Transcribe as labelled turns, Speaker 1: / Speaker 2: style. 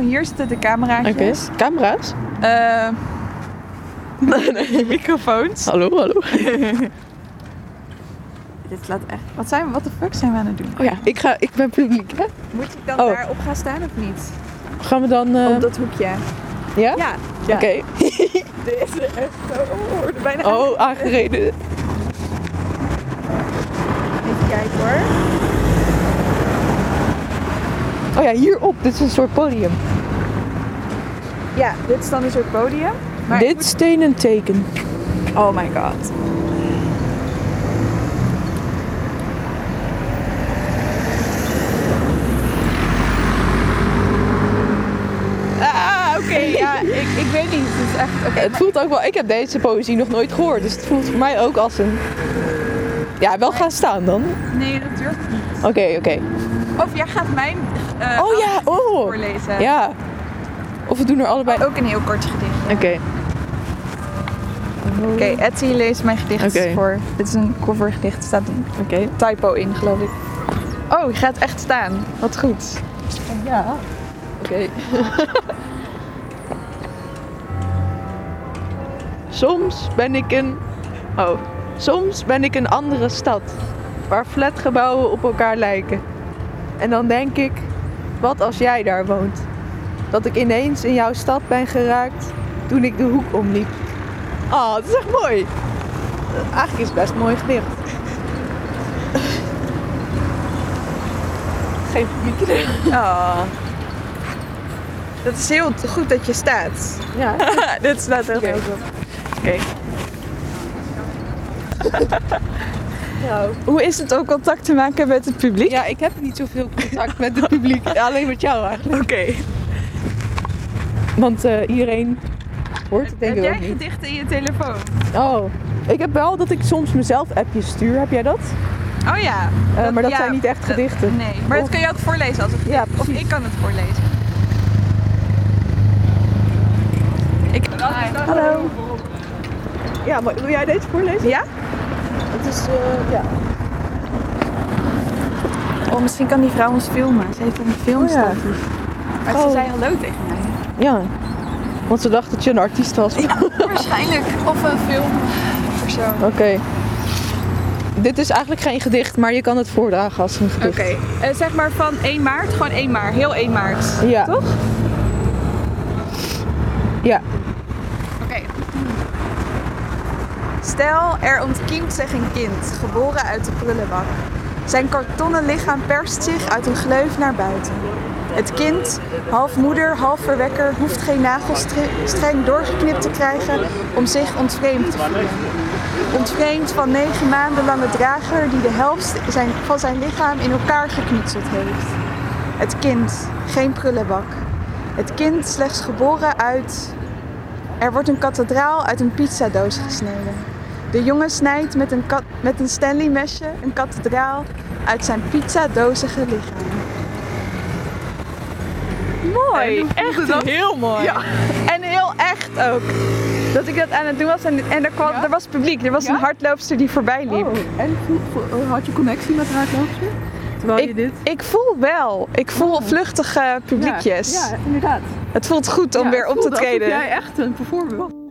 Speaker 1: hier zitten de cameraatjes.
Speaker 2: Oké. Camera's?
Speaker 1: Eh, nee, nee, microfoons.
Speaker 2: Hallo, hallo.
Speaker 1: Dit slaat echt... Wat zijn we, wat de fuck zijn we aan het doen?
Speaker 2: Oh ja, ik, ga, ik ben publiek, hè?
Speaker 1: Moet ik dan
Speaker 2: Oh.
Speaker 1: daarop gaan staan of niet?
Speaker 2: Gaan we dan... eh,
Speaker 1: Op dat hoekje.
Speaker 2: Ja?
Speaker 1: Ja.
Speaker 2: Oké.
Speaker 1: Dit is echt zo... Oh, we worden bijna...
Speaker 2: Oh, aangereden.
Speaker 1: Even kijken hoor.
Speaker 2: Oh ja, hierop. Dit is een soort podium.
Speaker 1: Ja, dit is dan een soort podium. Maar
Speaker 2: dit
Speaker 1: ik moet-
Speaker 2: stenen teken.
Speaker 1: Oh my god. Ah, oké. ja, ik, ik weet niet. Het is echt... oké,
Speaker 2: Het voelt ook wel... Ik heb deze poëzie nog nooit gehoord. Dus het voelt voor mij ook als een... Ja, wel gaan staan dan.
Speaker 1: maar- Nee, dat durft niet.
Speaker 2: Oké, oké.
Speaker 1: Of jij gaat mijn eh,
Speaker 2: Oh ja, oh.
Speaker 1: voorlezen.
Speaker 2: Ja. Of we doen er allebei... Oké.
Speaker 1: Ook een heel kort gedicht.
Speaker 2: Oh.
Speaker 1: Oké, Etsy leest mijn gedicht
Speaker 2: Oké.
Speaker 1: voor. Dit is een covergedicht. Er staat een
Speaker 2: Oké.
Speaker 1: typo in, geloof ik. Oh, je gaat echt staan. Wat goed.
Speaker 2: Ja. Oké. Soms ben ik een. Oh. Soms ben ik een andere stad. Waar flatgebouwen op elkaar lijken. En dan denk ik, wat als jij daar woont? Dat ik ineens in jouw stad ben geraakt toen ik de hoek omliep. Ah, dat is echt mooi. Eigenlijk is het best een mooi gedicht. Geen publiek.
Speaker 1: Oh. Dat is heel goed dat je staat.
Speaker 2: Ja.
Speaker 1: Dit staat heel
Speaker 2: Oké.
Speaker 1: goed. Oké.
Speaker 2: Nou.
Speaker 1: Hoe is het om contact te maken met het publiek?
Speaker 2: Ja, ik heb niet zoveel contact met het publiek. Ja, Alleen met jou eigenlijk.
Speaker 1: Oké.
Speaker 2: Want eh, iedereen hoort het denk ik ook niet.
Speaker 1: gedichten in je telefoon?
Speaker 2: Oh, ik heb wel dat ik soms mezelf appjes stuur. Heb jij dat?
Speaker 1: Oh ja.
Speaker 2: Eh, maar dat
Speaker 1: ja,
Speaker 2: zijn niet echt
Speaker 1: dat-
Speaker 2: gedichten. Oh.
Speaker 1: nee, maar dat
Speaker 2: Of-
Speaker 1: kun je ook voorlezen als het
Speaker 2: Ja,
Speaker 1: Of
Speaker 2: precies.
Speaker 1: ik kan het voorlezen. Ik... Hallo.
Speaker 2: Ja, maar wil jij deze voorlezen?
Speaker 1: Ja?
Speaker 2: Het is, eh, ja.
Speaker 1: Oh, misschien kan die vrouw ons filmen. Ze heeft een filmstatief. Maar ze
Speaker 2: Oh.
Speaker 1: zei hallo tegen mij.
Speaker 2: Ja. Want ze dacht dat je een artiest was.
Speaker 1: Waarschijnlijk. Of een film. Of zo. Oké.
Speaker 2: Oké. Dit is eigenlijk geen gedicht, maar je kan het voordragen als een gedicht.
Speaker 1: Eh, zeg maar van 1 maart. Gewoon 1 maart. Heel 1 maart.
Speaker 2: Ja.
Speaker 1: Toch? Oké.
Speaker 2: Ja.
Speaker 1: Stel, er ontkiemt zich een kind, geboren uit de prullenbak. Zijn kartonnen lichaam perst zich uit een gleuf naar buiten. Het kind, half moeder, half verwekker, hoeft geen nagelstreng doorgeknipt te krijgen om zich ontvreemd te voelen. Ontvreemd van negen maanden lange drager die de helft zijn, van zijn lichaam in elkaar geknutseld heeft. Het kind, geen prullenbak. Het kind slechts geboren uit er wordt een kathedraal uit een pizzadoos gesneden. De jongen snijdt met een, kat- met een Stanley mesje een kathedraal uit zijn pizzadozige lichaam. Mooi, echt
Speaker 2: heel mooi.
Speaker 1: Ja. En heel echt ook. Dat ik dat aan het doen was en, en er, kwam, er was publiek. Er was een hardloopster die voorbij liep.
Speaker 2: Oh, En oh, had je connectie met haar loopje? Terwijl
Speaker 1: ik, ik voel wel. Ik
Speaker 2: Oh.
Speaker 1: voel vluchtige publiekjes.
Speaker 2: inderdaad.
Speaker 1: Het voelt goed om weer op te treden.
Speaker 2: echt een performer